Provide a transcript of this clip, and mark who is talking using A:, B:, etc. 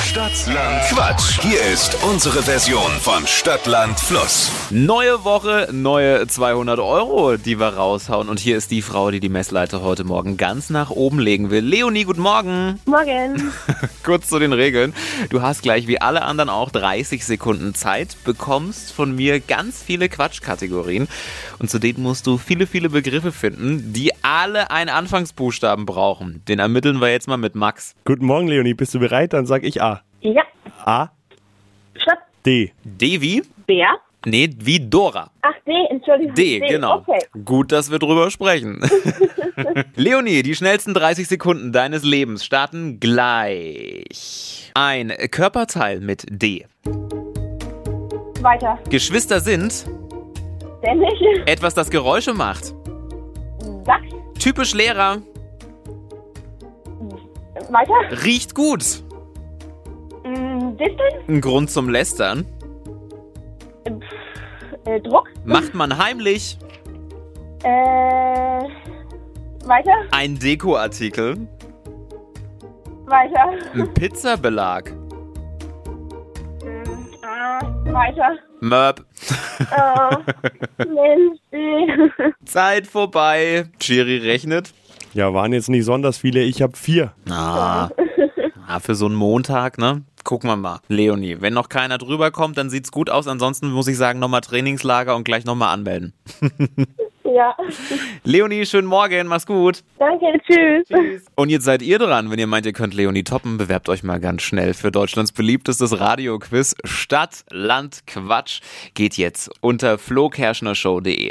A: Stadtland Quatsch. Hier ist unsere Version von Stadtland Fluss.
B: Neue Woche, neue 200 Euro, die wir raushauen. Und hier ist die Frau, die die Messleiter heute Morgen ganz nach oben legen will. Leonie, guten Morgen.
C: Morgen.
B: Kurz zu den Regeln. Du hast gleich wie alle anderen auch 30 Sekunden Zeit, bekommst von mir ganz viele Quatschkategorien. Und zu denen musst du viele, viele Begriffe finden, die alle einen Anfangsbuchstaben brauchen. Den ermitteln wir jetzt mal mit Max.
D: Guten Morgen, Leonie. Bist du bereit? Dann sag ich A.
C: Ja.
D: A,
C: Stopp.
D: D.
B: Devi?
C: Bär.
B: Nee, wie Dora.
C: Ach, D, Entschuldigung.
B: D, genau.
C: Okay.
B: Gut, dass wir drüber sprechen. Leonie, die schnellsten 30 Sekunden deines Lebens starten gleich. Ein Körperteil mit D.
C: Weiter.
B: Geschwister sind
C: Ständig.
B: etwas, das Geräusche macht.
C: Sachs.
B: Typisch Lehrer,
C: Weiter.
B: riecht gut.
C: Mm, Distel.
B: Ein Grund zum Lästern.
C: Äh, Druck.
B: Macht man heimlich.
C: Äh, weiter.
B: Ein Dekoartikel.
C: Weiter.
B: Ein Pizzabelag.
C: Mm, ah, weiter.
B: Möb.
C: Äh, Mensch. äh, D.
B: Zeit vorbei. Chiri rechnet.
D: Ja, waren jetzt nicht sonders viele. Ich habe vier.
B: Ah, ah, für so einen Montag, ne? Gucken wir mal. Leonie, wenn noch keiner drüber kommt, dann sieht's gut aus. Ansonsten muss ich sagen, nochmal Trainingslager und gleich nochmal anmelden.
C: ja.
B: Leonie, schönen Morgen, mach's gut.
C: Danke, tschüss.
B: Und jetzt seid ihr dran, wenn ihr meint, ihr könnt Leonie toppen, bewerbt euch mal ganz schnell für Deutschlands beliebtestes Radioquiz Stadt, Land, Quatsch. Geht jetzt unter flokerschnershow.de.